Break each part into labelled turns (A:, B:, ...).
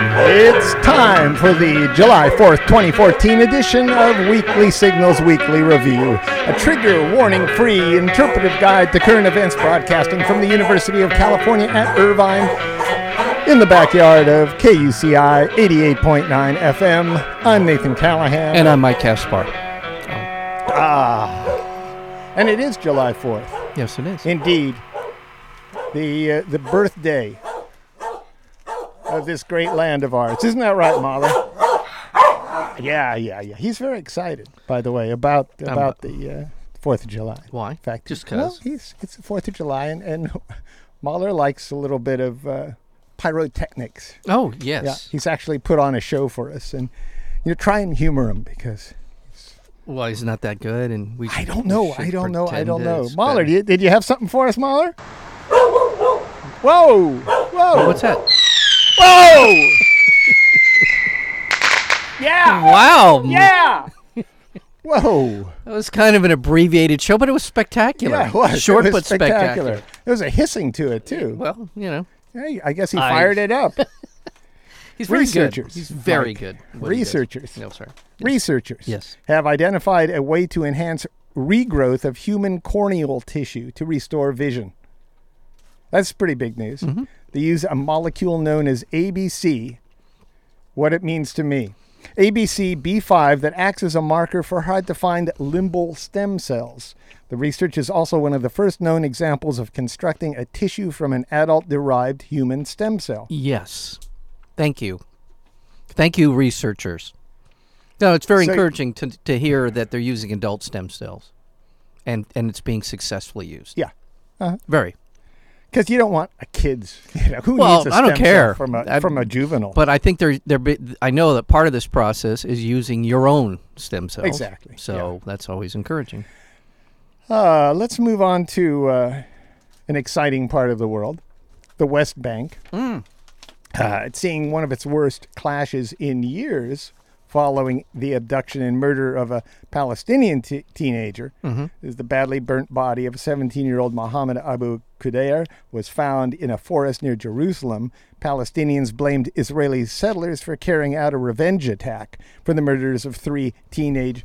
A: It's time for the July 4th, 2014 edition of Weekly Signals Weekly Review, a trigger warning free interpretive guide to current events broadcasting from the University of California at Irvine in the backyard of KUCI 88.9 FM. I'm Nathan Callahan.
B: And I'm Mike Caspar.
A: and it is July 4th.
B: Yes, it is.
A: Indeed, the uh, the birthday of this great land of ours. Isn't that right, Marla? Yeah, yeah, yeah. He's very excited, by the way, about about the uh, Fourth of July.
B: Um, Why?
A: In fact,
B: Just
A: well,
B: 'cause.
A: he's it's the Fourth of July, and and Mahler likes a little bit of uh, pyrotechnics.
B: Oh,
A: Yeah,
B: yes.
A: he's actually put on a show for us, and you know, try and humor him because
B: Well, he's not that good, and we.
A: I
B: should-
A: don't
B: we
A: know.
B: should
A: I don't know. I
B: pretend
A: don't
B: that
A: know.
B: it's
A: Mahler,
B: better.
A: did you, did you have something for us, Mahler? Whoa! Whoa!
B: What's that?
A: Whoa! yeah!
B: Wow.
A: Yeah! Whoa!
B: That was kind of an abbreviated show, but it was spectacular.
A: Yeah, it was.
B: Short
A: It was
B: but spectacular.
A: There was a hissing to it too.
B: Well, you know,
A: Hey, I guess he
B: I-
A: fired it up.
B: he's very good.
A: Researchers,
B: He's very
A: Mike.
B: good. at what he does.
A: Researchers.
B: No, sorry.
A: Researchers
B: Yes.
A: have identified a way to enhance regrowth of human corneal tissue to restore vision. That's pretty big news. They use a molecule known as ABC, what it means to me. ABC B5 that acts as a marker for hard to find limbal stem cells. The research is also one of the first known examples of constructing a tissue from an adult derived human stem cell.
B: Yes. Thank you. Thank you, researchers. No, it's very
A: So-
B: encouraging to, to hear that they're using adult stem cells, and and it's being successfully used.
A: Yeah.
B: Very.
A: Because you don't want a kid's, you know, who
B: Well,
A: needs a
B: I don't
A: stem cell
B: care.
A: from a
B: I-
A: from a juvenile?
B: But I think they're they're. bi- I know that part of this process is using your own stem cells.
A: Exactly,
B: So that's always encouraging.
A: Uh, let's move on to uh, an exciting part of the world, the West Bank. Uh, it's seeing one of its worst clashes in years following the abduction and murder of a Palestinian t- teenager. As the badly burnt body of 17 year old Mohammed Abu Kudair was found in a forest near Jerusalem. Palestinians blamed Israeli settlers for carrying out a revenge attack for the murders of three teenage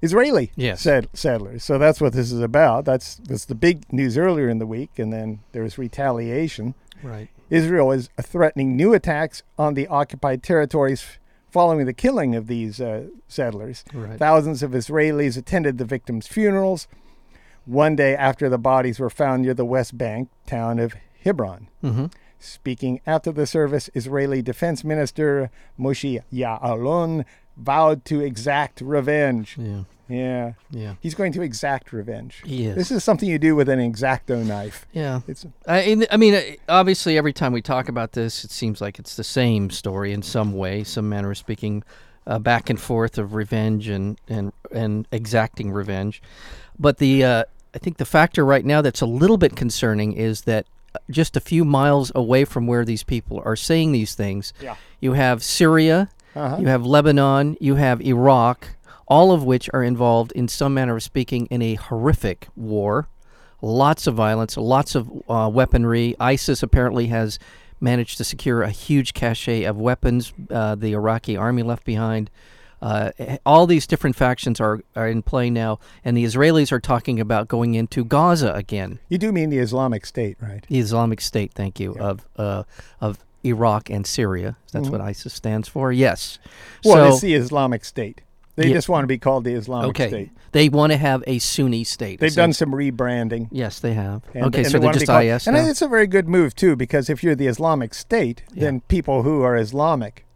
A: Israeli
B: Yes.
A: sett- settlers. So that's what this is about. That's, that's the big news earlier in the week, and then there was retaliation.
B: Right.
A: Israel is threatening new attacks on the occupied territories following the killing of these uh, settlers.
B: Right.
A: Thousands of Israelis attended the victims' funerals one day after the bodies were found near the West Bank town of Hebron.
B: Mm-hmm.
A: Speaking after the service, Israeli Defense Minister Moshe Ya'alon vowed to exact revenge.
B: Yeah.
A: Yeah.
B: Yeah.
A: He's going to exact revenge.
B: He is.
A: This is something you do with an exacto knife.
B: Yeah.
A: It's
B: I, and- I mean, uh, obviously, every time we talk about this, it seems like it's the same story in some way, some manner of speaking, uh, back and forth of revenge and and and exacting revenge. But the uh, I think the factor right now that's a little bit concerning is that uh, just a few miles away from where these people are saying these things,
A: Yeah.
B: you have Syria,
A: uh-huh.
B: you have Lebanon, you have Iraq, all of which are involved in some manner of speaking in a horrific war. Lots of violence, lots of uh, weaponry. ISIS apparently has managed to secure a huge cache of weapons uh, the Iraqi army left behind. Uh, all these different factions are, are in play now, and the Israelis are talking about going into Gaza again,
A: You do mean the Islamic State, right?
B: the Islamic State, thank you, of, uh, of Iraq and Syria. That's what ISIS stands for, yes.
A: Mm-hmm. Well,
B: So-
A: it's the Islamic State. They
B: Yeah.
A: just want to be called the Islamic
B: Okay.
A: State.
B: They want to have a Sunni state.
A: They've done
B: essen-
A: some rebranding.
B: Yes, they have.
A: and-
B: okay,
A: and
B: so
A: they
B: they're
A: wanna be
B: just
A: called-
B: IS.
A: And
B: now?
A: it's a very good move too, because if you're the Islamic State, then people who are Islamic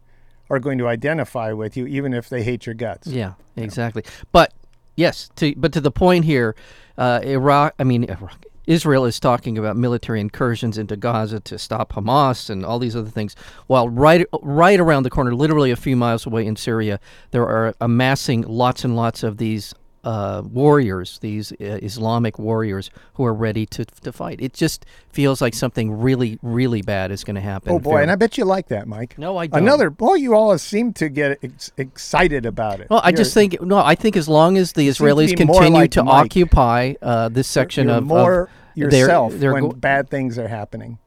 A: are going to identify with you, even if they hate your guts.
B: yeah, exactly. But yes, to but to the point here, uh, Iraq. I mean, Iraq. Israel is talking about military incursions into Gaza to stop Hamas and all these other things. While right right around the corner, literally a few miles away in Syria, there are amassing lots and lots of these uh, warriors, these uh, Islamic warriors who are ready to, to fight. It just feels like something really, really bad is going to happen.
A: Oh boy,
B: very
A: and I bet you like that, Mike.
B: No, I don't.
A: Another boy, you all seem to get ex- excited about it.
B: Well, I
A: You're-
B: just think no. I think as long as the
A: to
B: Israelis
A: be more
B: continue
A: like
B: to
A: Mike.
B: occupy uh, this section
A: you're
B: of of
A: more
B: their-
A: yourself
B: their
A: when
B: go-
A: bad things are happening.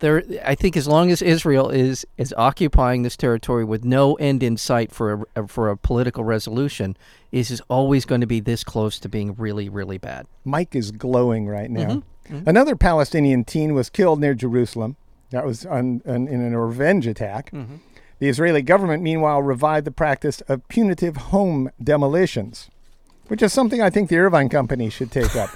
B: there, I think as long as Israel is is occupying this territory with no end in sight for a, for a political resolution, this is always going to be this close to being really, really bad.
A: Mike is glowing right now. Another Palestinian teen was killed near Jerusalem. That was on, on, in a revenge attack. The Israeli government, meanwhile, revived the practice of punitive home demolitions, which is something I think the Irvine Company should take up.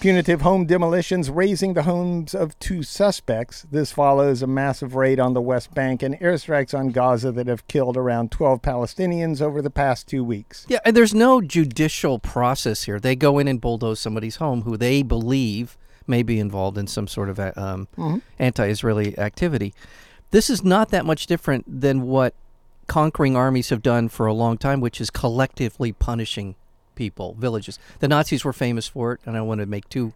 A: punitive home demolitions raising the homes of two suspects. This follows a massive raid on the West Bank and airstrikes on Gaza that have killed around 12 Palestinians over the past two weeks.
B: Yeah, and there's no judicial process here. They go in and bulldoze somebody's home who they believe may be involved in some sort of uh, um, anti-Israeli activity. This is not that much different than what conquering armies have done for a long time, which is collectively punishing people, villages. The Nazis were famous for it, and I don't want to make too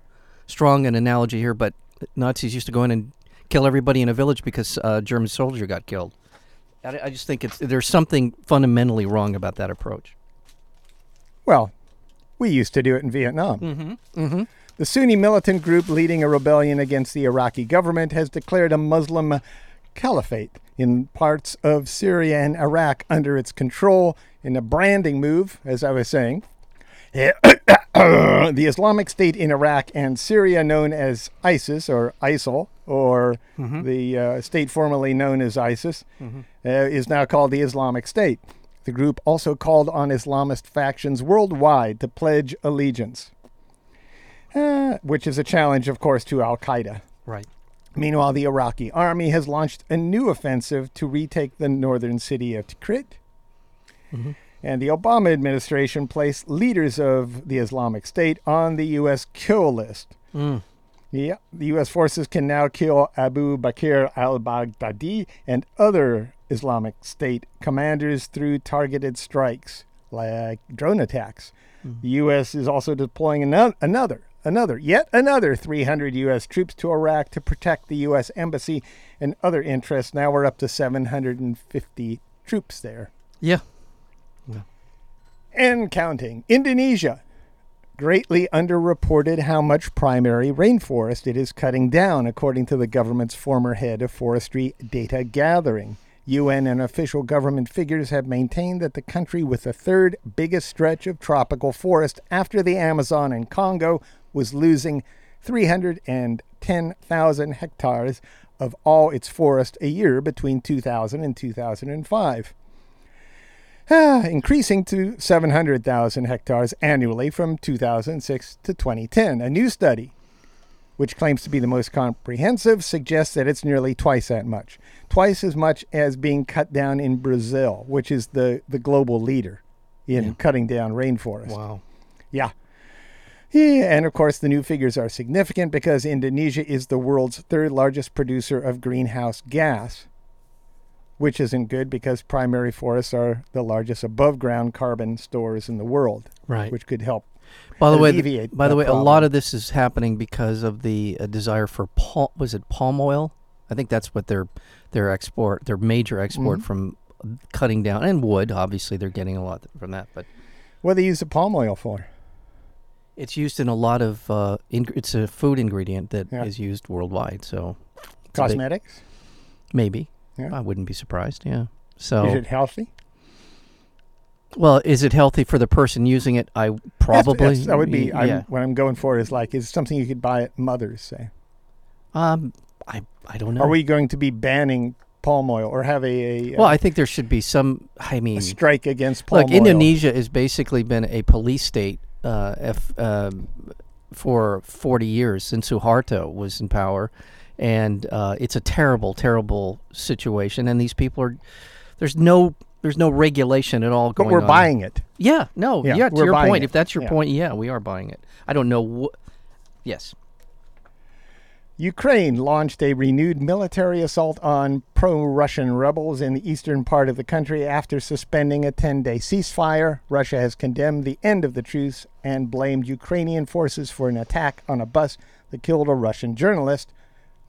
B: strong an analogy here, but Nazis used to go in and kill everybody in a village because a German soldier got killed. I, I just think it's there's something fundamentally wrong about that approach.
A: Well, we used to do it in Vietnam. Mm-hmm. Mm-hmm. The Sunni militant group leading a rebellion against the Iraqi government has declared a Muslim caliphate in parts of Syria and Iraq under its control in a branding move, as I was saying. Uh, the Islamic State in Iraq and Syria, known as ISIS or ISIL, or the uh, state formerly known as ISIS, uh, is now called the Islamic State. The group also called on Islamist factions worldwide to pledge allegiance, uh, which is a challenge, of course, to Al Qaeda.
B: Right.
A: Meanwhile, the Iraqi army has launched a new offensive to retake the northern city of Tikrit. And the Obama administration placed leaders of the Islamic State on the U.S. kill list. Yeah, the U.S. forces can now kill Abu Bakr al Baghdadi and other Islamic State commanders through targeted strikes, like drone attacks. The U.S. is also deploying ano- another, another, yet another 300 U.S. troops to Iraq to protect the U.S. embassy and other interests. Now we're up to 750 troops there
B: Yeah.
A: and counting. Indonesia greatly underreported how much primary rainforest it is cutting down, according to the government's former head of forestry data gathering. UN and official government figures have maintained that the country with the third biggest stretch of tropical forest after the Amazon and Congo was losing 310,000 hectares of all its forest a year between 2000 and 2005 ah, increasing to 700,000 hectares annually from 2006 to 2010. A new study, which claims to be the most comprehensive, suggests that it's nearly twice that much, twice as much as being cut down in Brazil, which is the, the global leader in cutting down rainforest.
B: Wow.
A: Yeah. Yeah, and of course, the new figures are significant because Indonesia is the world's third largest producer of greenhouse gas, which isn't good because primary forests are the largest above ground carbon stores in the world,
B: Right.
A: which could help.
B: By the way,
A: alleviate
B: by
A: that
B: the way,
A: problem.
B: a lot of this is happening because of the uh, desire for palm. Was it palm oil? I think that's what their their export, their major
A: Mm-hmm.
B: export from cutting down and wood. Obviously, they're getting a lot from that, but
A: What do they use the palm oil for?
B: it's used in a lot of. Uh, ing- it's a food ingredient that is
A: Yeah.
B: used worldwide. So it's a big-
A: Cosmetics?
B: maybe.
A: Yeah.
B: I wouldn't be surprised. Yeah. So
A: Is it healthy?
B: well, is it healthy for the person using it? I
A: That's-
B: probably
A: that's- that would be
B: y-
A: I'm,
B: yeah.
A: what I'm going for. Is like is something you could buy at Mother's. Say,
B: Um, I I don't know.
A: are we going to be banning palm oil or have a, a,
B: Well, I think there should be some. I mean,
A: a strike against palm
B: Look,
A: oil?
B: Indonesia has basically been a police state uh, if, um, for 40 years since Suharto was in power, and uh, it's a terrible, terrible situation. And these people are there's no there's no regulation at all
A: but
B: going.
A: we're
B: on.
A: buying it.
B: Yeah, no,
A: Yeah,
B: yeah. to
A: we're
B: your
A: buying
B: point,
A: it.
B: if that's your
A: Yeah.
B: point, yeah, we are buying it. I don't know what. Yes.
A: Ukraine launched a renewed military assault on pro Russian rebels in the eastern part of the country after suspending a 10 day ceasefire. Russia has condemned the end of the truce and blamed Ukrainian forces for an attack on a bus that killed a Russian journalist.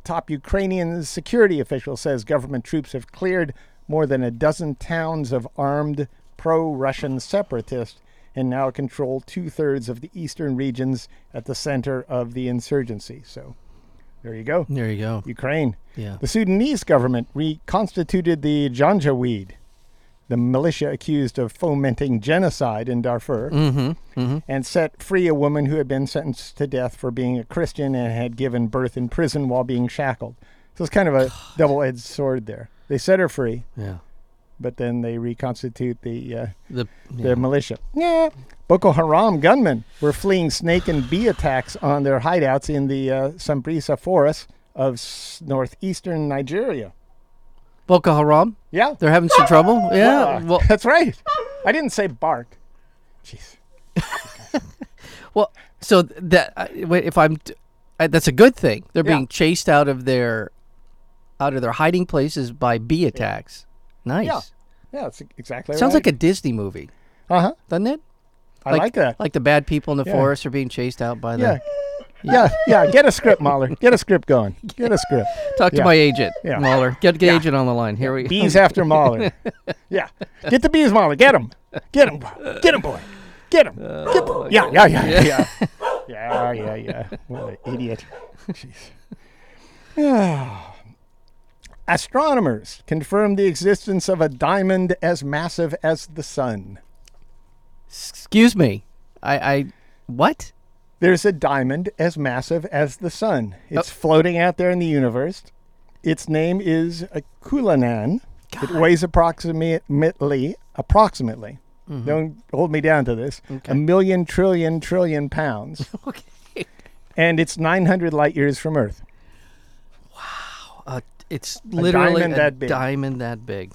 A: Top Ukrainian security official says government troops have cleared more than a dozen towns of armed pro Russian separatists and now control two thirds of the eastern regions at the center of the insurgency. So There you go.
B: There you go.
A: Ukraine.
B: Yeah.
A: The Sudanese government reconstituted the Janjaweed, the militia accused of fomenting genocide in Darfur, and set free a woman who had been sentenced to death for being a Christian and had given birth in prison while being shackled. So it's kind of a double edged sword there. They set her free,
B: Yeah.
A: but then they reconstitute the, uh,
B: The
A: the militia. Yeah. Boko Haram gunmen were fleeing snake and bee attacks on their hideouts in the uh, Sambisa forest of s- northeastern Nigeria.
B: Boko Haram.
A: Yeah.
B: They're having some trouble. Yeah.
A: Ah,
B: Well,
A: that's right. I didn't say bark. Jeez.
B: well. So th- that I- wait, if I'm, t- I, that's a good thing. They're
A: Yeah.
B: being chased out of their, out of their hiding places by bee attacks. Nice.
A: Yeah. Yeah, that's e-, exactly
B: Sounds
A: right.
B: like a Disney movie,
A: a. Uh huh.
B: doesn't it?
A: I like, that.
B: Like the bad people in the
A: Yeah.
B: forest are being chased out by
A: yeah.
B: the.
A: Yeah, yeah. Get a script, Mahler. Get a script going. Get a script.
B: Talk to
A: Yeah.
B: my agent,
A: Yeah.
B: Mahler. Get the agent on the line. Here we
A: Bees after Mahler. Yeah. Get the bees, Mahler. Get them. Get them. Get them, boy. Get them. Get them. Yeah, yeah, yeah, yeah. Yeah, yeah, yeah. What an idiot. Jeez. Astronomers confirm the existence of a diamond as massive as the sun.
B: Excuse me. I, I what?
A: There's a diamond as massive as the sun.
B: Oh.
A: It's floating out there in the universe. Its name is a Kulanan. It weighs approximately approximately.
B: Mm-hmm.
A: Don't hold me down to this. A million trillion trillion pounds,
B: Okay.
A: and it's 900 light years from Earth.
B: Uh, it's literally
A: diamond
B: a
A: that big.
B: diamond that big.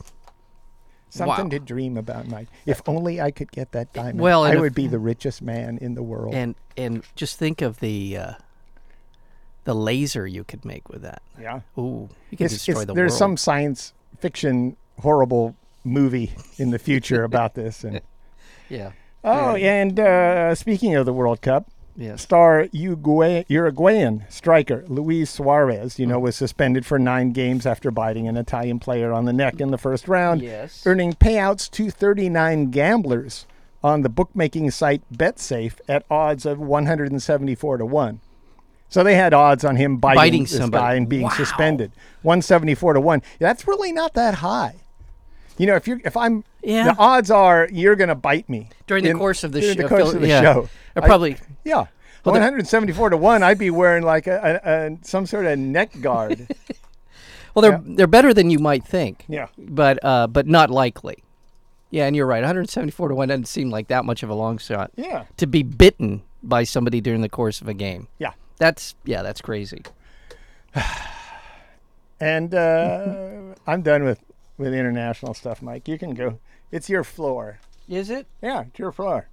A: Something
B: Wow.
A: to dream about, Mike. If only I could get that diamond,
B: Well,
A: I
B: and if-
A: would be the richest man in the world.
B: And and just think of the uh, the laser you could make with that.
A: yeah.
B: Ooh, you could
A: It's-
B: destroy
A: it's-
B: the
A: there's
B: world.
A: some science fiction horrible movie in the future about this and
B: yeah.
A: Oh, and uh, speaking of the World Cup,
B: Yes.
A: star Uruguay- Uruguayan striker Luis Suarez, you know,
B: Mm.
A: was suspended for nine games after biting an Italian player on the neck in the first round,
B: Yes.
A: earning payouts to 39 gamblers on the bookmaking site BetSafe at odds of 174 to 1. So they had odds on him biting,
B: Biting
A: this
B: somebody.
A: guy and being
B: Wow.
A: suspended. 174 to 1. That's really not that high. You know, if you're if I'm
B: Yeah.
A: the odds are you're going to bite me
B: During the
A: in-
B: course of the,
A: during
B: show,
A: the course of the
B: yeah.
A: show.
B: Or
A: I-
B: probably
A: yeah. 174 to 1, I'd be wearing like a, a, a some sort of neck guard.
B: well they're they're better than you might think.
A: Yeah.
B: But uh but not likely. Yeah, and you're right. 174 to 1 doesn't seem like that much of a long shot.
A: yeah.
B: To be bitten by somebody during the course of a game.
A: Yeah.
B: That's yeah, that's crazy.
A: And uh, I'm done with, with international stuff, Mike. You can go. It's your floor.
B: Is it?
A: Yeah, it's your floor.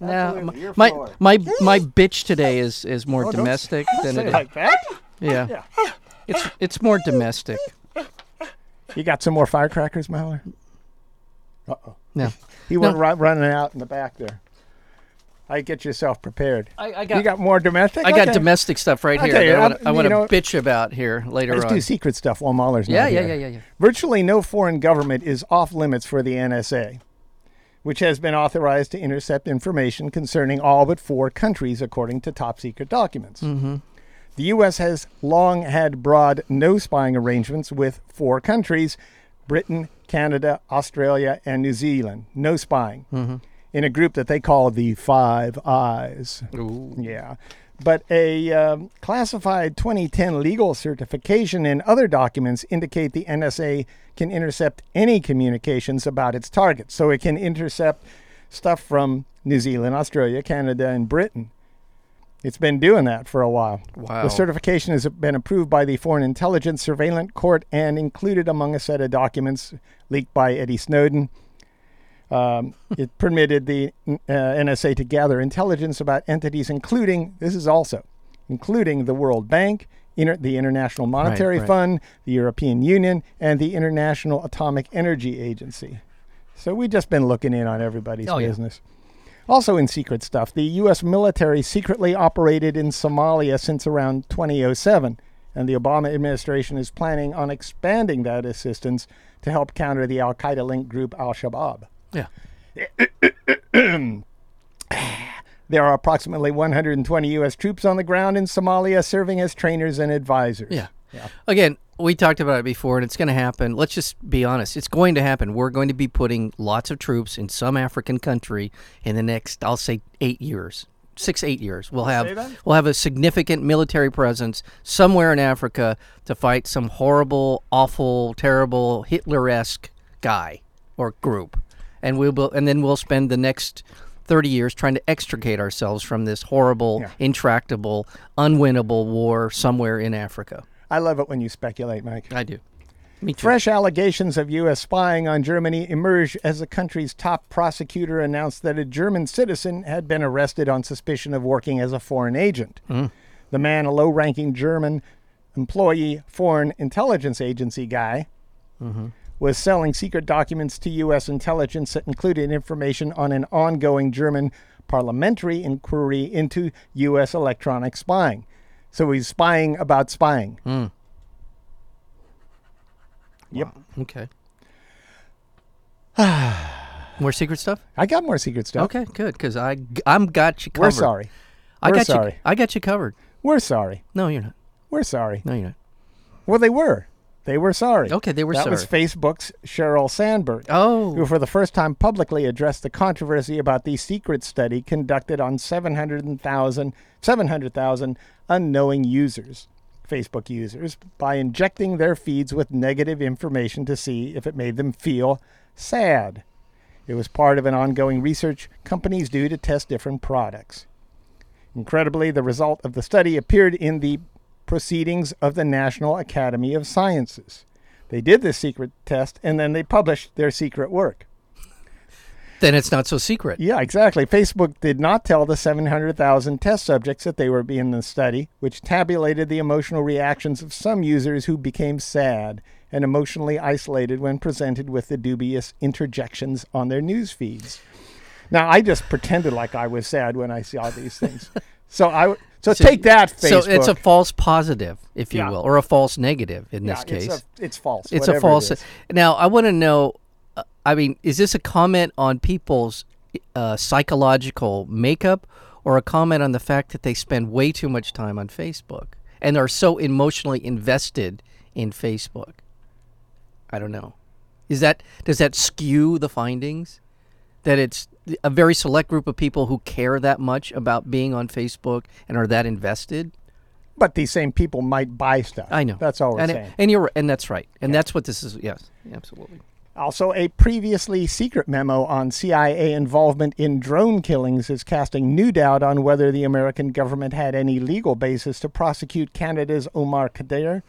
B: No,
A: Absolutely, your
B: my,
A: floor.
B: my my bitch today is is more
A: Oh, don't-
B: domestic than
A: Say
B: it
A: it
B: is.
A: like that.
B: yeah. It's it's more domestic.
A: You got some more firecrackers, Mahler?
B: No.
A: He went ru- running out in the back there. I get yourself prepared.
B: I, I got,
A: you got more domestic?
B: I got
A: Okay.
B: domestic stuff right here
A: tell you,
B: that I
A: I'm-
B: want I want
A: you know-
B: to bitch about here later
A: Let's
B: on.
A: do secret stuff while Mahler's
B: Yeah,
A: not
B: yeah,
A: here.
B: yeah, yeah, yeah.
A: Virtually no foreign government is off limits for the NSA, which has been authorized to intercept information concerning all but four countries, according to top secret documents.
B: Mm-hmm.
A: The U.S. has long had broad no spying arrangements with four countries Britain, Canada, Australia, and New Zealand. No spying.
B: Mm-hmm.
A: In a group that they call the Five Eyes. Yeah. But a um, classified 2010 legal certification and other documents indicate the NSA can intercept any communications about its targets. So it can intercept stuff from New Zealand, Australia, Canada, and Britain. It's been doing that for a while.
B: Wow.
A: The certification has been approved by the Foreign Intelligence Surveillance Court and included among a set of documents leaked by Eddie Snowden. Um, it permitted the uh, NSA to gather intelligence about entities, including this is also including the World Bank, inter- the International Monetary
B: right.
A: Fund, the European Union, and the International Atomic Energy Agency. So we've just been looking in on everybody's
B: Oh, yeah.
A: business. Also, in secret stuff, the U.S. military secretly operated in Somalia since around 2007, and the Obama administration is planning on expanding that assistance to help counter the Al Qaeda linked group Al Shabaab.
B: Yeah.
A: There are approximately 120 U.S. troops on the ground in Somalia serving as trainers and advisors.
B: Yeah. Again, we talked about it before, and it's going to happen. Let's just be honest. It's going to happen. We're going to be putting lots of troops in some African country in the next, I'll say, eight years, six, eight years. We'll have we'll have a significant military presence somewhere in Africa to fight some horrible, awful, terrible Hitler-esque guy or group, and we'll be- and then we'll spend the next. 30 years trying to extricate ourselves from this horrible, intractable, unwinnable war somewhere in Africa.
A: I love it when you speculate, Mike.
B: I do. Me too.
A: Fresh allegations of U.S. spying on Germany emerge as the country's top prosecutor announced that a German citizen had been arrested on suspicion of working as a foreign agent. The man, a low ranking German employee, foreign intelligence agency guy, was selling secret documents to U.S. intelligence that included information on an ongoing German parliamentary inquiry into U.S. electronic spying. So he's spying about spying. Yep.
B: Okay. More secret stuff?
A: I got more secret stuff.
B: Okay, good, because I g- I'm got you covered.
A: We're sorry.
B: I
A: We're
B: got you.
A: sorry.
B: I got you covered.
A: We're sorry.
B: No, you're not.
A: We're sorry.
B: No, you're not.
A: Well, they were. They were sorry.
B: Okay, they were
A: that
B: sorry.
A: was Facebook's Sheryl Sandberg, who
B: oh,
A: for the first time publicly addressed the controversy about the secret study conducted on 700,000 700,000 unknowing users, Facebook users, by injecting their feeds with negative information to see if it made them feel sad. It was part of an ongoing research companies do to test different products. Incredibly, the result of the study appeared in the Proceedings of the National Academy of Sciences. They did this secret test and then they published their secret work.
B: then it's not so secret.
A: Yeah, exactly. Facebook did not tell the 700,000 test subjects that they were in the study, which tabulated the emotional reactions of some users who became sad and emotionally isolated when presented with the dubious interjections on their news feeds. Now, I just pretended like I was sad when I saw these things. So I w- so, take that Facebook.
B: So it's a false positive, if you
A: Yeah.
B: will, or a false negative in this
A: Yeah,
B: case.
A: It's, a, it's false.
B: It's
A: whatever
B: a
A: it
B: false.
A: is.
B: Now, I want to know. uh, I mean, is this a comment on people's uh, psychological makeup, or a comment on the fact that they spend way too much time on Facebook and are so emotionally invested in Facebook? I don't know. Is that does that skew the findings? That it's a very select group of people who care that much about being on Facebook and are that invested.
A: But these same people might buy stuff.
B: I know.
A: That's all we're
B: and it-
A: saying.
B: and you're and that's right. And that's what this is. Yes, absolutely.
A: Also, a previously secret memo on CIA involvement in drone killings is casting new doubt on whether the American government had any legal basis to prosecute Canada's Omar Khadr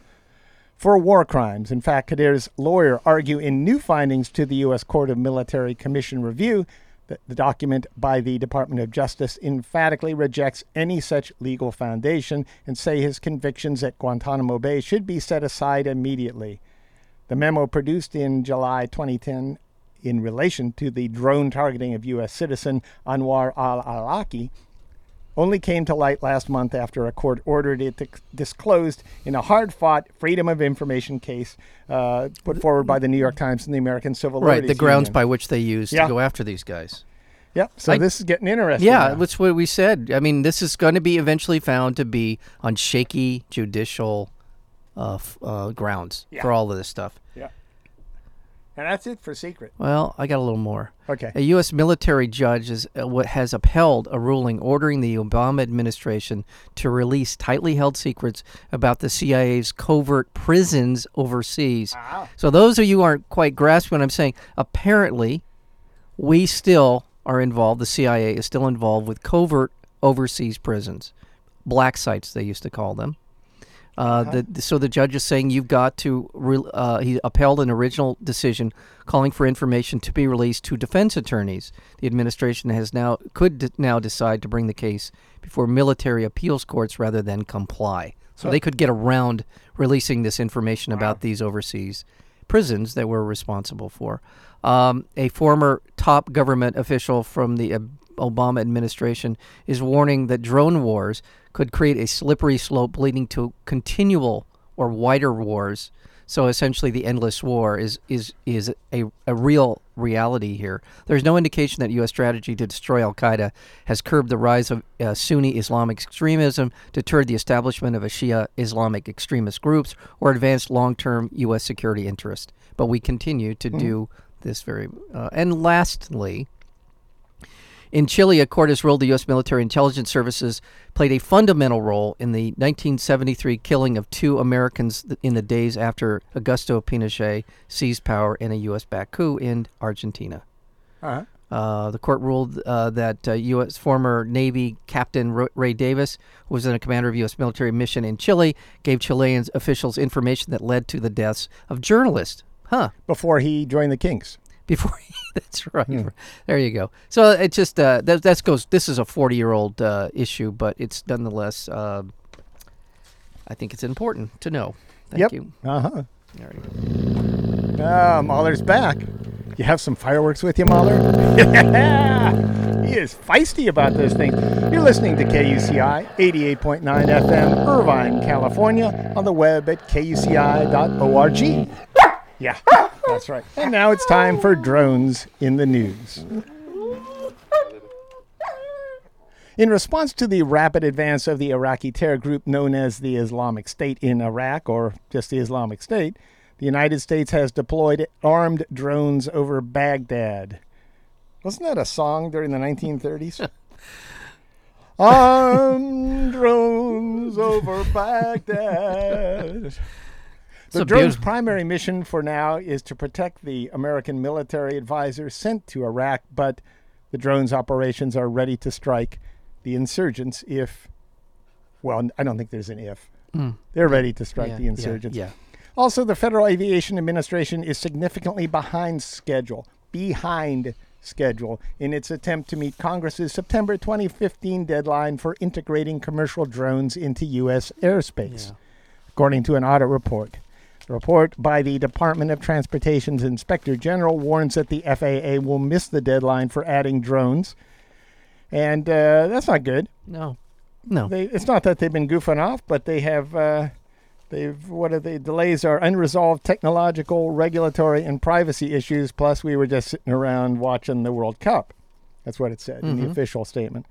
A: for war crimes. In fact, Khadr's lawyer argue in new findings to the U.S. Court of Military Commission review that the document by the Department of Justice emphatically rejects any such legal foundation and say his convictions at Guantanamo Bay should be set aside immediately. The memo produced in July 2010 in relation to the drone targeting of U.S. citizen Anwar al Awlaki only came to light last month after a court ordered it to disclosed in a hard fought freedom of information case uh, put forward by the New York Times and the American Civil
B: Right,
A: Liberties
B: the grounds
A: Union.
B: by which they use
A: Yeah.
B: to go after these guys.
A: Yep, so this is getting interesting.
B: Yeah,
A: now.
B: that's what we said. I mean, this is going to be eventually found to be on shaky judicial uh, f- uh, grounds for all of this stuff.
A: yeah. And that's it for secret.
B: Well, I got a little more.
A: Okay.
B: A U.S. military judge is, uh, what has upheld a ruling ordering the Obama administration to release tightly held secrets about the CIA's covert prisons overseas.
A: Uh-huh.
B: So, those of you who aren't quite grasping what I'm saying, apparently, we still are involved, the CIA is still involved with covert overseas prisons, black sites, they used to call them. Uh, the, so the judge is saying you've got to. Re- uh, he upheld an original decision calling for information to be released to defense attorneys. The administration has now could d- now decide to bring the case before military appeals courts rather than comply. So they could get around releasing this information about these overseas prisons that we're responsible for. Um, a former top government official from the uh, Ob- Obama administration is warning that drone wars could create a slippery slope leading to continual or wider wars. So essentially, the endless war is is is a, a real reality here. There's no indication that U.S. strategy to destroy Al Qaeda has curbed the rise of uh, Sunni Islamic extremism, deterred the establishment of a Shia Islamic extremist groups, or advanced long term U.S. security interest. But we continue to do this very. Uh, and lastly, in Chile, a court has ruled the U.S. military intelligence services played a fundamental role in the 1973 killing of two Americans th- in the days after Augusto Pinochet seized power in a U.S. backed coup in Argentina.
A: Uh-huh.
B: Uh, the court ruled uh, that uh, U.S. former Navy Captain Ro- Ray Davis, who was in a commander of U.S. military mission in Chile, gave Chilean officials information that led to the deaths of journalists. Huh
A: Before he joined the Kinks.
B: before he, that's right
A: Hmm.
B: there you go so it just uh that, that goes this is a 40 year old uh, issue but it's nonetheless uh, i think it's important to know thank
A: yep.
B: you
A: Uh huh.
B: All right.
A: Ah, Mahler's back. You have some fireworks with you, Mahler? he is feisty about those things. You're listening to KUCI 88.9 FM, Irvine, California, on the web at kuci.org. Yeah, that's right. And now it's time for drones in the news. In response to the rapid advance of the Iraqi terror group known as the Islamic State in Iraq, or just the Islamic State, the United States has deployed armed drones over Baghdad. Wasn't that a song during the 1930s? armed drones over Baghdad. The
B: a
A: drone's
B: beautiful-
A: primary mission for now is to protect the American military advisor sent to Iraq, but the drone's operations are ready to strike the insurgents if, well, I don't think there's an if. They're ready to strike
B: Hmm. Yeah,
A: the
B: yeah,
A: insurgents.
B: yeah.
A: Also, the Federal Aviation Administration is significantly behind schedule, behind schedule, in its attempt to meet Congress's September 2015 deadline for integrating commercial drones into U.S. airspace
B: Yeah.
A: according to an audit report. The report by the Department of Transportation's Inspector General warns that the FAA will miss the deadline for adding drones. And uh, that's not good.
B: no no
A: They, it's not that they've been goofing off, but they have. Uh, They've, what are the delays are unresolved technological, regulatory, and privacy issues. Plus, we were just sitting around watching the World Cup. That's what it said in the official statement.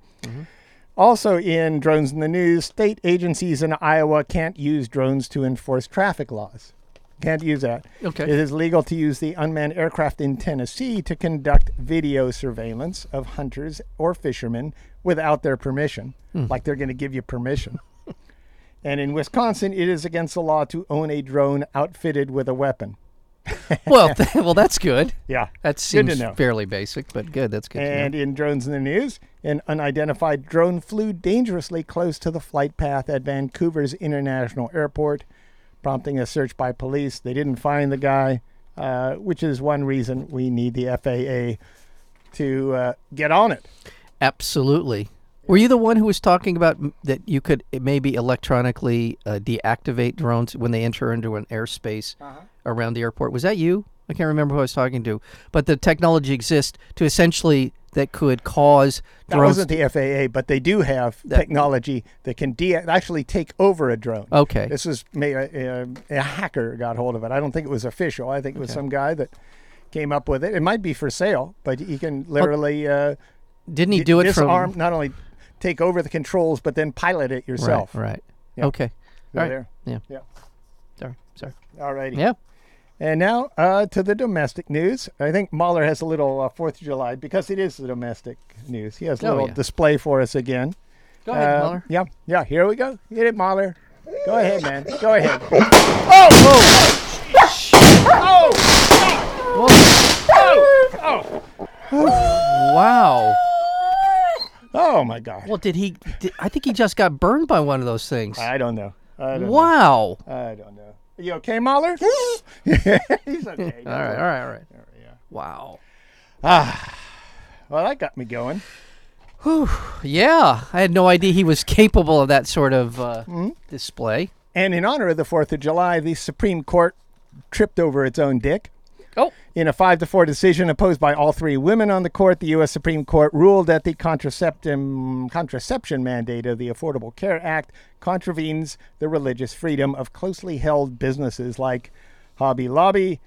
A: Also, in drones in the news, state agencies in Iowa can't use drones to enforce traffic laws. Can't use that.
B: Okay.
A: It is legal to use the unmanned aircraft in Tennessee to conduct video surveillance of hunters or fishermen without their permission, like they're going to give you permission. and in Wisconsin, it is against the law to own a drone outfitted with a weapon.
B: well th- well that's good
A: Yeah.
B: that
A: Good to
B: seems
A: know.
B: fairly basic but good that's good to know.
A: And in drones in the news, an unidentified drone flew dangerously close to the flight path at Vancouver's international airport, prompting a search by police. They didn't find the guy, uh, which is one reason we need the FAA to uh, get on it.
B: absolutely were you the one who was talking about m- that you could eh, maybe electronically uh, deactivate drones when they enter into an airspace
A: Uh-huh.
B: around the airport? Was that you? I can't remember who I was talking to, but the technology exists to essentially that could cause
A: That
B: drones.
A: wasn't the FAA, but they do have technology that can de- actually take over a drone.
B: Okay.
A: This is may a, a, a hacker got hold of it. I don't think it was official. I think it was some guy that came up with it. It might be for sale, but he can literally. Uh,
B: Didn't he do it from
A: disarm not only take over the controls but then pilot it
B: right?
A: yourself
B: Right.
A: Yeah.
B: Okay.
A: Go
B: All right.
A: there.
B: Yeah.
A: yeah
B: Sorry. Sorry.
A: all righty
B: Yeah.
A: and now uh, to the domestic news i think mahler has a little uh, fourth of july because it is the domestic news he has a
B: Oh,
A: little
B: yeah.
A: display for us again
B: Go ahead,
A: Uh,
B: Mahler.
A: yeah yeah here we go hit it mahler go ahead man go ahead oh oh oh
B: Wow.
A: oh my god
B: Well, did he? Did, I think he just got burned by one of those things.
A: i don't know I don't
B: Wow.
A: know. i don't know Are you okay mahler he's okay
B: All right. All right. All right. Wow.
A: well that got me going
B: Yeah, I had no idea he was capable of that sort of uh,
A: Hmm?
B: display.
A: And in honor of the 4th of July, the Supreme Court tripped over its own dick.
B: Oh,
A: In a 5 to 4 decision opposed by all three women on the court, the U.S. Supreme Court ruled that the contraception, contraception mandate of the Affordable Care Act contravenes the religious freedom of closely held businesses like Hobby Lobby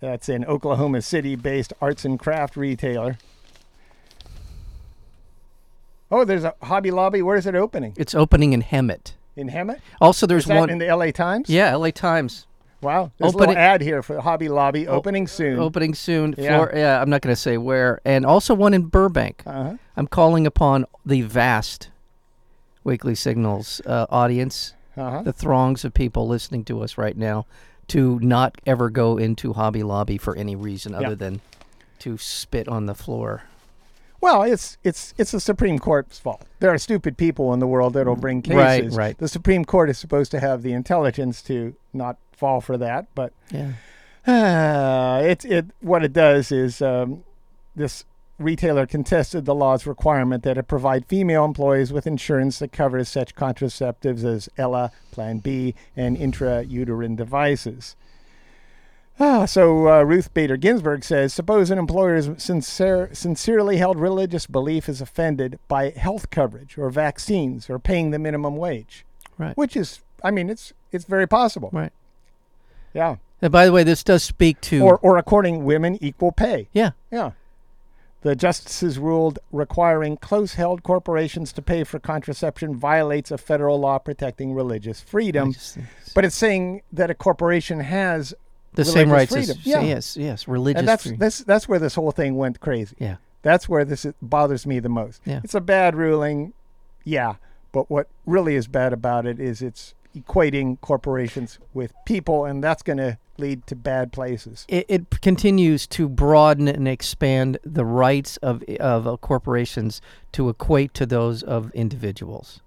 A: That's an Oklahoma City based arts and craft retailer. Oh, there's a Hobby Lobby. Where is it opening?
B: It's opening in Hemet.
A: In Hemet?
B: Also, there's
A: Is that
B: one.
A: in the LA Times?
B: yeah, LA Times
A: Wow. There's a
B: Opening- Oh,
A: little ad here for Hobby Lobby opening soon.
B: opening soon.
A: Hmm. Yeah.
B: Flor- yeah, I'm not going to say where, and also one in Burbank.
A: Uh-huh.
B: I'm calling upon the vast Weekly Signals uh, audience,
A: Uh-huh.
B: the throngs of people listening to us right now, to not ever go into Hobby Lobby for any reason other than to spit on the floor.
A: Well, it's it's it's the Supreme Court's fault. There are stupid people in the world that'll bring
B: Right,
A: cases.
B: right.
A: The Supreme Court is supposed to have the intelligence to not fall for that, but
B: Yeah.
A: uh, it it what it does is um, this retailer contested the law's requirement that it provide female employees with insurance that covers such contraceptives as Ella, Plan B, and intrauterine devices. Ah, so uh, Ruth Bader Ginsburg says, suppose an employer's sincere, sincerely held religious belief is offended by health coverage or vaccines or paying the minimum wage,
B: Right.
A: which is, I mean, it's it's very possible.
B: Right.
A: Yeah.
B: And by the way, this does speak to.
A: Or or according women equal pay.
B: yeah.
A: Yeah. The justices ruled requiring close held corporations to pay for contraception violates a federal law protecting religious freedom.
B: Just-
A: But it's saying that a corporation has
B: the same rights
A: religious
B: as.
A: freedom. Yeah.
B: Yes, yes. Religious
A: and that's
B: freedom.
A: that's that's where this whole thing went crazy.
B: yeah.
A: That's where this is- bothers me the most.
B: Yeah.
A: It's a bad ruling, yeah. But what really is bad about it is it's equating corporations with people, and that's going to lead to bad places.
B: it, it p- continues to broaden and expand the rights of of uh, corporations to equate to those of individuals.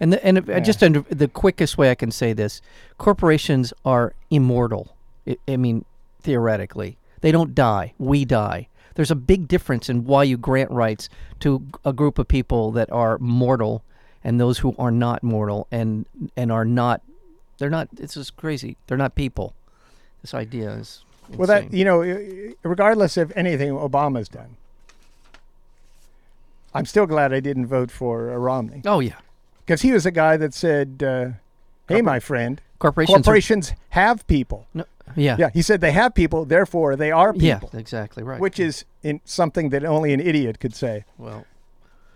B: And the, and if- uh, just under, the quickest way I can say this: corporations are immortal. I, I mean, theoretically, they don't die. We die. There's a big difference in why you grant rights to g- a group of people that are mortal and those who are not mortal and and are not. They're not. This is crazy. They're not people. This idea is.
A: Well, that
B: insane.
A: you know, i- regardless of anything Obama's done, I'm still glad I didn't vote for uh, Romney
B: Oh yeah,
A: because he was a guy that said, uh, "Hey, my friend,
B: corporations. are-
A: corporations have people."
B: no, yeah,
A: Yeah, he said they have people, therefore they are
B: yeah,
A: people,
B: exactly right.
A: which is in something that only an idiot could say,
B: well,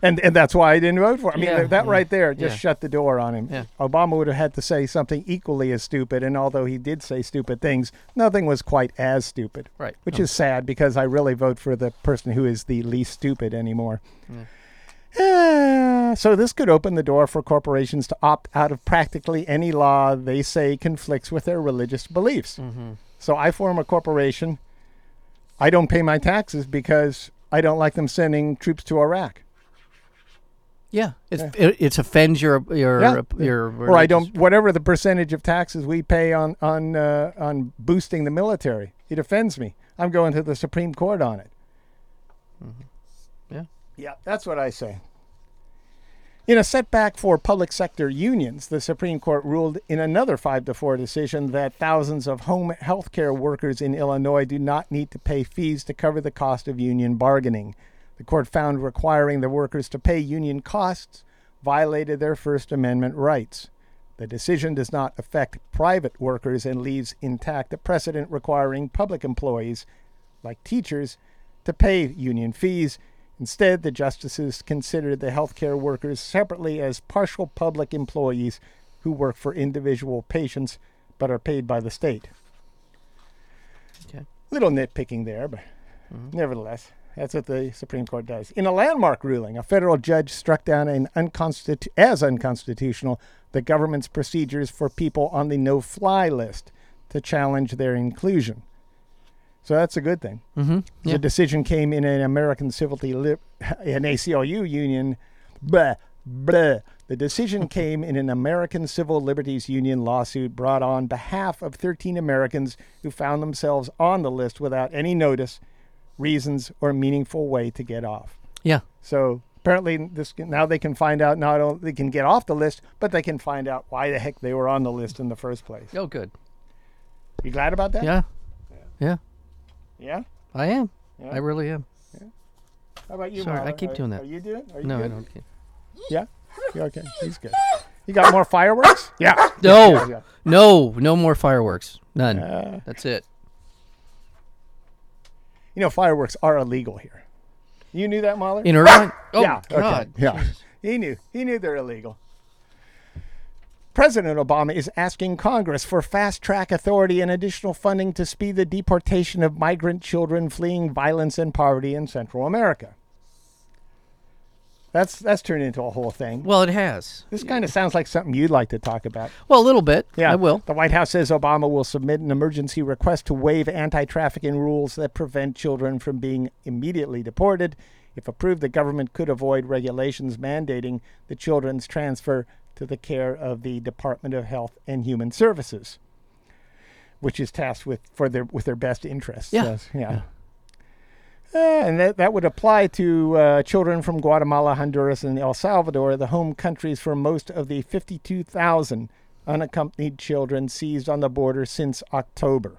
A: and and that's why I didn't vote for. Him. I mean,
B: Yeah,
A: that
B: yeah,
A: right there just
B: yeah.
A: shut the door on him.
B: Yeah.
A: Obama would have had to say something equally as stupid, and although he did say stupid things, nothing was quite as stupid.
B: right. Um,
A: which is sad because I really vote for the person who is the least stupid anymore. Eh, so this could open the door for corporations to opt out of practically any law they say conflicts with their religious beliefs. So I form a corporation. I don't pay my taxes because I don't like them sending troops to Iraq.
B: yeah, it's It, it's offends your your
A: Yeah.
B: your.
A: or I don't whatever the percentage of taxes we pay on on uh, on boosting the military. It offends me. I'm going to the Supreme Court on it.
B: Yeah.
A: Yeah, that's what I say. In a setback for public sector unions, the Supreme Court ruled in another 5 to 4 decision that thousands of home health care workers in Illinois do not need to pay fees to cover the cost of union bargaining. The court found requiring the workers to pay union costs violated their First Amendment rights. The decision does not affect private workers and leaves intact the precedent requiring public employees, like teachers, to pay union fees. Instead, the justices considered the healthcare workers separately as partial public employees who work for individual patients but are paid by the state.
B: Okay.
A: Little nitpicking there, but nevertheless, that's what the Supreme Court does. In a landmark ruling, a federal judge struck down an unconstitu- as unconstitutional the government's procedures for people on the no fly list to challenge their inclusion. So that's a good thing.
B: Mm-hmm. Yeah.
A: The decision came in an American Civil Li- an ACLU union. Blah, blah. The decision came in an American Civil Liberties Union lawsuit brought on behalf of 13 Americans who found themselves on the list without any notice, reasons, or meaningful way to get off.
B: yeah.
A: So apparently, this can, now they can find out not only they can get off the list, but they can find out why the heck they were on the list in the first place.
B: Oh, good.
A: You glad about that?
B: Yeah. Yeah.
A: Yeah.
B: I am.
A: Yeah.
B: I really am.
A: How about you?
B: Sorry, I
A: Marla?
B: keep
A: Are-
B: doing that.
A: Are you doing? Are you
B: No, I
A: good?
B: don't. care.
A: Yeah. Yeah, okay. He's good. You got more fireworks? Yeah. Uh.
B: No, no, no more fireworks. None. That's it.
A: You know, fireworks are illegal here. You knew that, Mahler?
B: In Iraq? Oh,
A: yeah. okay,
B: God.
A: Yeah. He knew. He knew they're illegal. President Obama is asking Congress for fast track authority and additional funding to speed the deportation of migrant children fleeing violence and poverty in Central America. That's that's turned into a whole thing.
B: Well, it has.
A: This kind of sounds like something you'd like to talk about.
B: Well, a little bit.
A: Yeah,
B: I will.
A: The White House says Obama will submit an emergency request to waive anti-trafficking rules that prevent children from being immediately deported. If approved, the government could avoid regulations mandating the children's transfer to the care of the Department of Health and Human Services, which is tasked with for their with their best interests.
B: Yeah.
A: Yes, yeah. Uh, and that, that would apply to uh, children from Guatemala, Honduras, and El Salvador, the home countries for most of the 52,000 unaccompanied children seized on the border since October.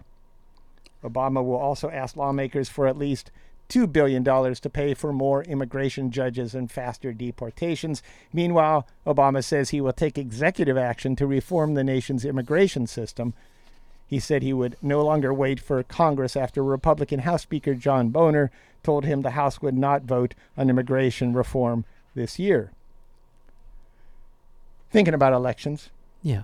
A: Obama will also ask lawmakers for at least $2 billion to pay for more immigration judges and faster deportations. Meanwhile, Obama says he will take executive action to reform the nation's immigration system. He said he would no longer wait for Congress after Republican House Speaker John Boehner told him the House would not vote on immigration reform this year. Thinking about elections.
B: Yeah.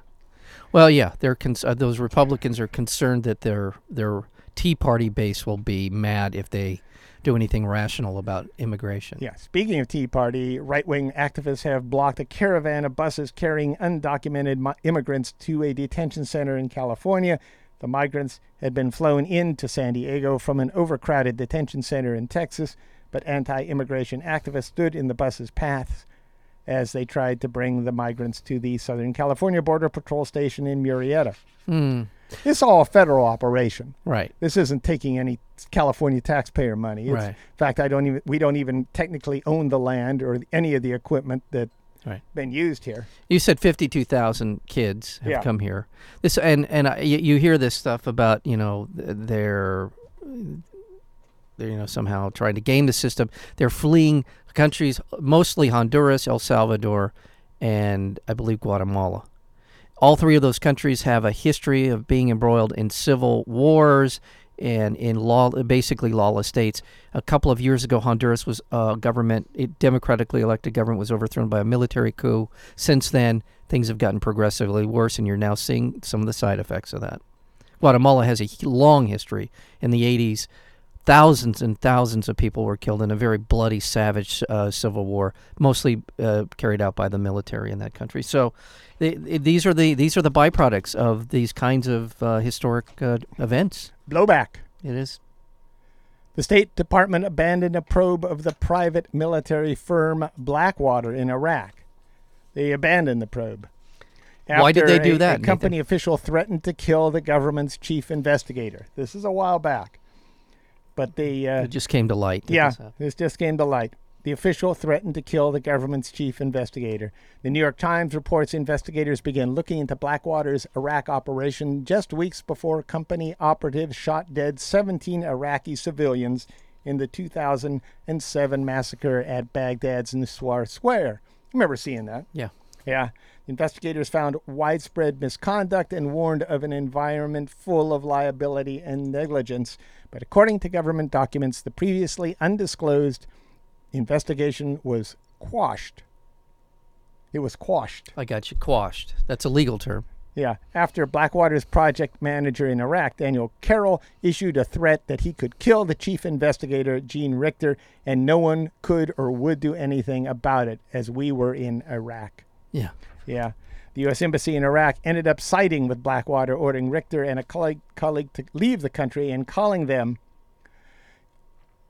B: Well, yeah, they're cons- uh, those Republicans are concerned that their their Tea Party base will be mad if they do anything rational about immigration.
A: Yeah, speaking of Tea Party, right wing activists have blocked a caravan of buses carrying undocumented mi- immigrants to a detention center in California. The migrants had been flown in to San Diego from an overcrowded detention center in Texas, but anti immigration activists stood in the bus's paths as they tried to bring the migrants to the Southern California Border Patrol Station in Murrieta. It's all a federal operation.
B: Hmm. Right.
A: This isn't taking any California taxpayer money. It's,
B: Right.
A: In fact, I don't even we don't even technically own the land or any of the equipment that's
B: Right.
A: been used here.
B: You said fifty-two thousand kids have
A: Yeah.
B: come here. This and and I, you, you hear this stuff about you know th- they're they're you know somehow trying to game the system. They're fleeing countries, mostly Honduras, El Salvador, and I believe Guatemala. All three of those countries have a history of being embroiled in civil wars and in law, basically lawless states. A couple of years ago, Honduras was a government, it democratically elected government was overthrown by a military coup. Since then, things have gotten progressively worse, and you're now seeing some of the side effects of that. Guatemala has a h- long history. In the 80s, thousands and thousands of people were killed in a very bloody, savage uh, civil war, mostly uh, carried out by the military in that country. So, th th- these are the these are the byproducts of these kinds of uh, historic uh, events.
A: Blowback.
B: It is
A: The State Department abandoned a probe of the private military firm Blackwater in Iraq. They abandoned the probe.
B: Why did they
A: after
B: do
A: a-
B: that,
A: A
B: Nathan?
A: company official threatened to kill the government's chief investigator. This is a while back. But the uh,
B: it just came to light. uh, that
A: Yeah,
B: this happened.
A: this just came to light. The official threatened to kill the government's chief investigator. The New York Times reports investigators began looking into Blackwater's Iraq operation just weeks before company operatives shot dead 17 Iraqi civilians in the 2007 massacre at Baghdad's Nuswar Square. Remember seeing that?
B: yeah.
A: Yeah. Investigators found widespread misconduct and warned of an environment full of liability and negligence. But according to government documents, the previously undisclosed investigation was quashed. It was quashed.
B: I got you quashed. That's a legal term.
A: Yeah, after Blackwater's project manager in Iraq, Daniel Carroll, issued a threat that he could kill the chief investigator, Gene Richter, and no one could or would do anything about it as we were in Iraq.
B: Yeah.
A: Yeah. The U.S. Embassy in Iraq ended up siding with Blackwater, ordering Richter and a colleague, colleague to leave the country and calling them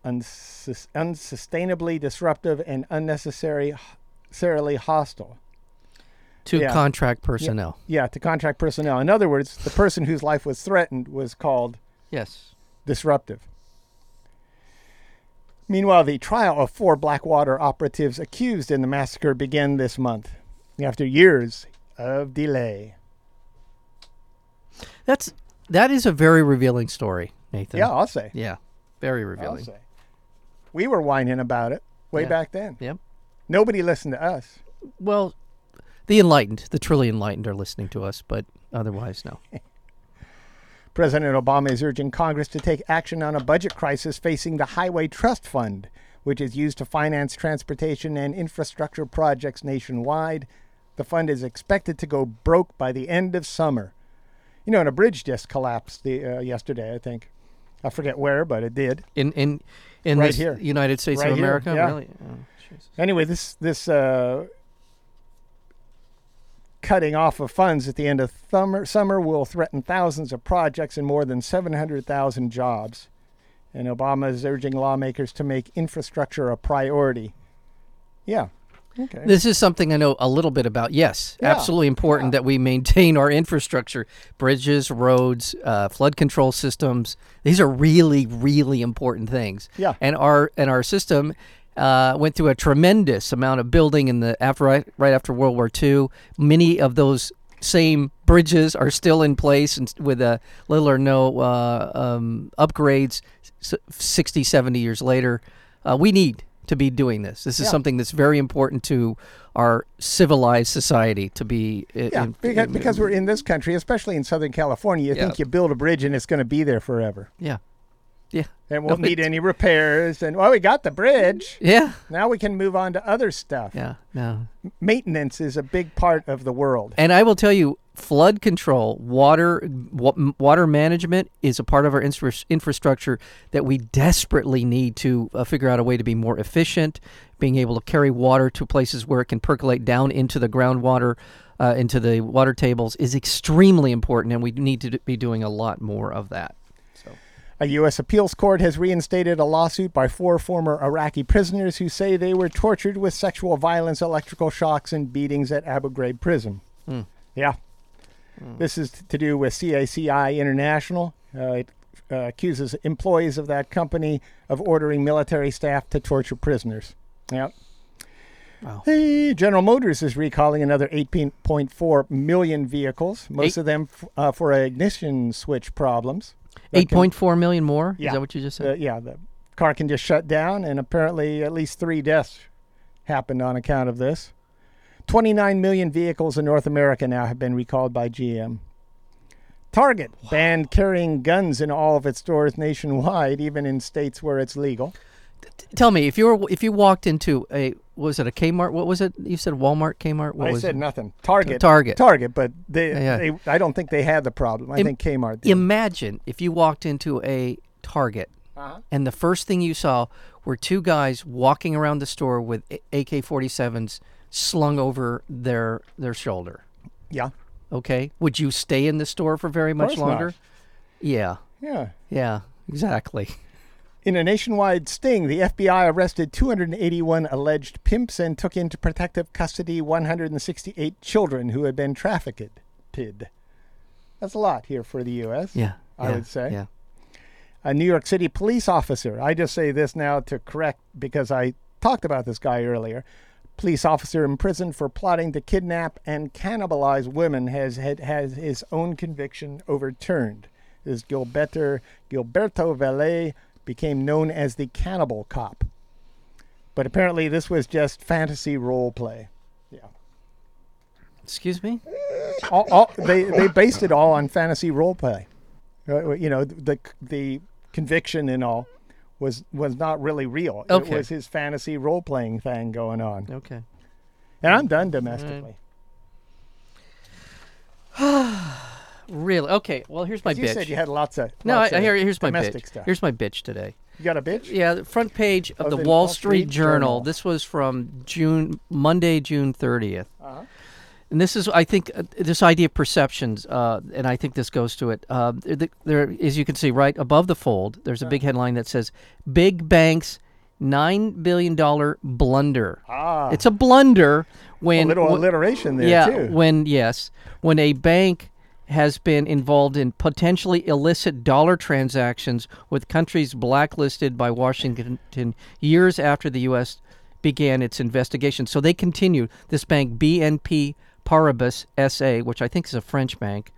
A: unsus- unsustainably disruptive and unnecessarily necessarily hostile.
B: To
A: Yeah.
B: contract personnel.
A: Yeah, to contract personnel. In other words, the person whose life was threatened was called
B: Yes.
A: disruptive. Meanwhile, the trial of four Blackwater operatives accused in the massacre began this month after years of delay.
B: That's that is a very revealing story, Nathan.
A: Yeah, I'll say.
B: Yeah. Very
A: I'll
B: revealing.
A: say. We were whining about it way
B: Yeah.
A: back then.
B: Yep.
A: Nobody listened to us.
B: Well, the enlightened, the truly enlightened, are listening to us, but otherwise, no.
A: President Obama is urging Congress to take action on a budget crisis facing the Highway Trust Fund, which is used to finance transportation and infrastructure projects nationwide. The fund is expected to go broke by the end of summer. You know, and a bridge just collapsed the, uh, yesterday, I think. I forget where, but it did.
B: in in in
A: Right
B: this
A: here.
B: United States
A: Right
B: of
A: here,
B: America.
A: yeah.
B: Really? Oh, Jesus.
A: Anyway, this this uh, cutting off of funds at the end of summer summer will threaten thousands of projects and more than 700,000 jobs. And Obama is urging lawmakers to make infrastructure a priority. Yeah. Okay.
B: This is something I know a little bit about. Yes,
A: Yeah,
B: absolutely important that we maintain our infrastructure, bridges, roads, uh, flood control systems. These are really, really important things.
A: Yeah.
B: and our and our system. Uh, went through a tremendous amount of building in the after right, right after World War II. Many of those same bridges are still in place and s- with a little or no uh, um, upgrades s- 60 70 years later uh, we need to be doing this this is
A: Yeah.
B: something that's very important to our civilized society to be i-
A: Yeah,
B: in-
A: because, because we're in this country, especially in Southern California, you
B: Yeah.
A: think you build a bridge and it's going to be there forever
B: yeah yeah
A: and won't
B: No,
A: need any repairs. And, well, we got the bridge.
B: yeah
A: Now we can move on to other stuff.
B: yeah no
A: Maintenance is a big part of the world.
B: And I will tell you, flood control, water, wa- m- water management is a part of our infra- infrastructure that we desperately need to uh, figure out a way to be more efficient, being able to carry water to places where it can percolate down into the groundwater, uh, into the water tables is extremely important, and we need to d- be doing a lot more of that. So,
A: A U.S. appeals court has reinstated a lawsuit by four former Iraqi prisoners who say they were tortured with sexual violence, electrical shocks, and beatings at Abu Ghraib prison.
B: Hmm.
A: Yeah. This is to do with CACI International. Uh, it uh, accuses employees of that company of ordering military staff to torture prisoners. Yeah.
B: Wow.
A: Hey, General Motors is recalling another 18.4 million vehicles, most
B: Eight-
A: of them f- uh, for ignition switch problems. That
B: eight
A: can-
B: point four million more.
A: Yeah.
B: Is that what you just said?
A: uh, yeah, the car can just shut down, and apparently at least three deaths happened on account of this. 29 million vehicles in North America now have been recalled by GM. Target banned carrying guns in all of its stores nationwide, even in states where it's legal.
B: Tell me if you were if you walked into a what was it a Kmart? What was it? You said Walmart, Kmart. What
A: I
B: was
A: said
B: it?
A: nothing. Target.
B: Target.
A: Target, but they,
B: Yeah, yeah.
A: they- I don't think they had the problem. I
B: Im-
A: think Kmart did.
B: Imagine if you walked into a Target
A: Uh-huh.
B: and the first thing you saw were two guys walking around the store with AK 47s slung over their their shoulder.
A: yeah.
B: Okay? Would you stay in the store for very much
A: course not.
B: longer? Yeah.
A: Yeah.
B: Yeah, exactly.
A: In a nationwide sting, the FBI arrested 281 alleged pimps and took into protective custody 168 children who had been trafficked. Tid. That's a lot here for the U.S.
B: Yeah.
A: I
B: yeah,
A: would say.
B: Yeah.
A: A New York City police officer, I just say this now to correct because I talked about this guy earlier. Police officer imprisoned for plotting to kidnap and cannibalize women has had has his own conviction overturned. This Gilberto Gilberto Valle became known as the cannibal cop. But apparently this was just fantasy role play. Yeah.
B: Excuse me?
A: all, all, they they based it all on fantasy role play. Uh, You know, the the conviction and all was was not really real.
B: Okay.
A: It was his fantasy role playing thing going on.
B: Okay.
A: And I'm done
B: Mm.
A: domestically.
B: Really? Okay. Well, here's my
A: You
B: bitch.
A: said you had lots of
B: no, I,
A: lots
B: I
A: of
B: hear here's my
A: domestic
B: bitch.
A: stuff.
B: Here's my bitch today.
A: you got a bitch?
B: Yeah, the front page of,
A: Of
B: the
A: the
B: Wall
A: Wall
B: Street,
A: Street
B: Journal.
A: Journal.
B: This was from June Monday, June 30th.
A: Uh-huh.
B: And this is, I think, uh, this idea of perceptions, uh, and I think this goes to it. Uh, th- there, as you can see, right above the fold, there's a big headline that says "Big Banks Nine Billion Dollar Blunder."
A: Ah.
B: It's a blunder when
A: A little
B: wh-
A: alliteration there
B: yeah,
A: too.
B: when yes, when a bank has been involved in potentially illicit dollar transactions with countries blacklisted by Washington years after the U.S. began its investigation. So they continue. This bank, BNP Paribas SA, which I think is a French bank,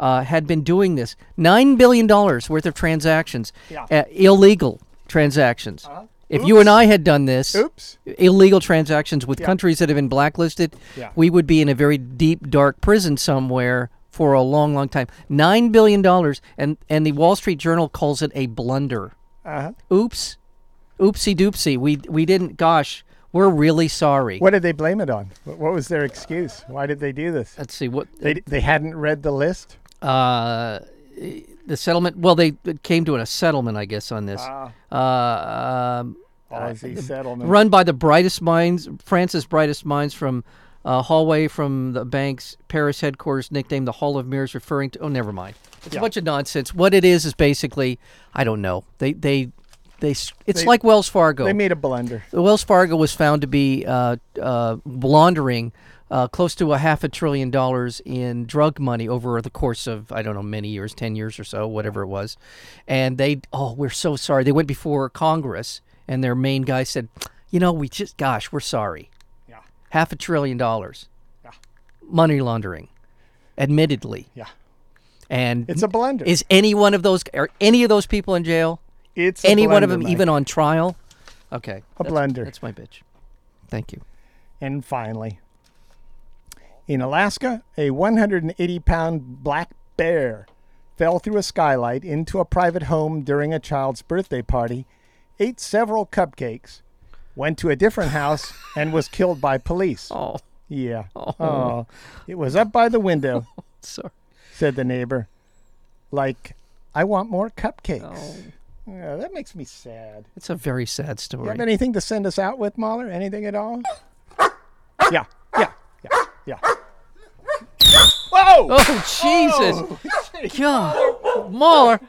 B: uh, had been doing this $9 billion worth of transactions,
A: Yeah. Uh-huh.
B: uh, illegal transactions. If you and I had done this,
A: Oops.
B: illegal transactions with countries that have been blacklisted,
A: Yeah.
B: we would be in a very deep, dark prison somewhere for a long, long time. Nine billion dollars, and and the Wall Street Journal calls it a blunder.
A: Uh-huh.
B: Oops, oopsie doopsie. We we didn't. Gosh, we're really sorry.
A: What did they blame it on? What what was their excuse? Why did they do this?
B: Let's see what
A: They, they hadn't read the list?
B: uh, the settlement. Well, they came to a settlement, I guess, on this.
A: Ah.
B: Uh, um,
A: Aussie settlement.
B: run by the brightest minds, France's brightest minds from uh, hallway from the bank's Paris headquarters, nicknamed the Hall of Mirrors, referring to. Oh, never mind. It's a bunch of nonsense. What it is is basically, I don't know. They they they. s- It's like Wells Fargo.
A: They made a blunder.
B: Wells Fargo was found to be uh, uh, laundering uh, close to a half a trillion dollars in drug money over the course of I don't know many years, ten years or so, whatever it was. And they, oh, we're so sorry. They went before Congress, and their main guy said, "You know, we just, gosh, we're sorry.
A: Yeah.
B: Half a trillion dollars, money laundering, admittedly."
A: Yeah.
B: And
A: It's a blunder.
B: is any one of those are any of those people in jail?
A: it's a
B: any one of
A: blunder,
B: them
A: Mike.
B: even on trial? Okay.
A: A
B: that's-
A: blunder.
B: That's my bitch. Thank you.
A: And finally, in Alaska, a 180 pound black bear fell through a skylight into a private home during a child's birthday party, ate several cupcakes, went to a different house, and was killed by police.
B: Oh,
A: Yeah. Oh. It was up by the window,
B: sorry.
A: said the neighbor. Like, I want more cupcakes. Yeah, that makes me sad.
B: It's a very sad
A: You
B: story.
A: have anything to send us out with, Mahler? Anything at all? Yeah, yeah, yeah, yeah. Whoa!
B: oh, Jesus. God. Mahler.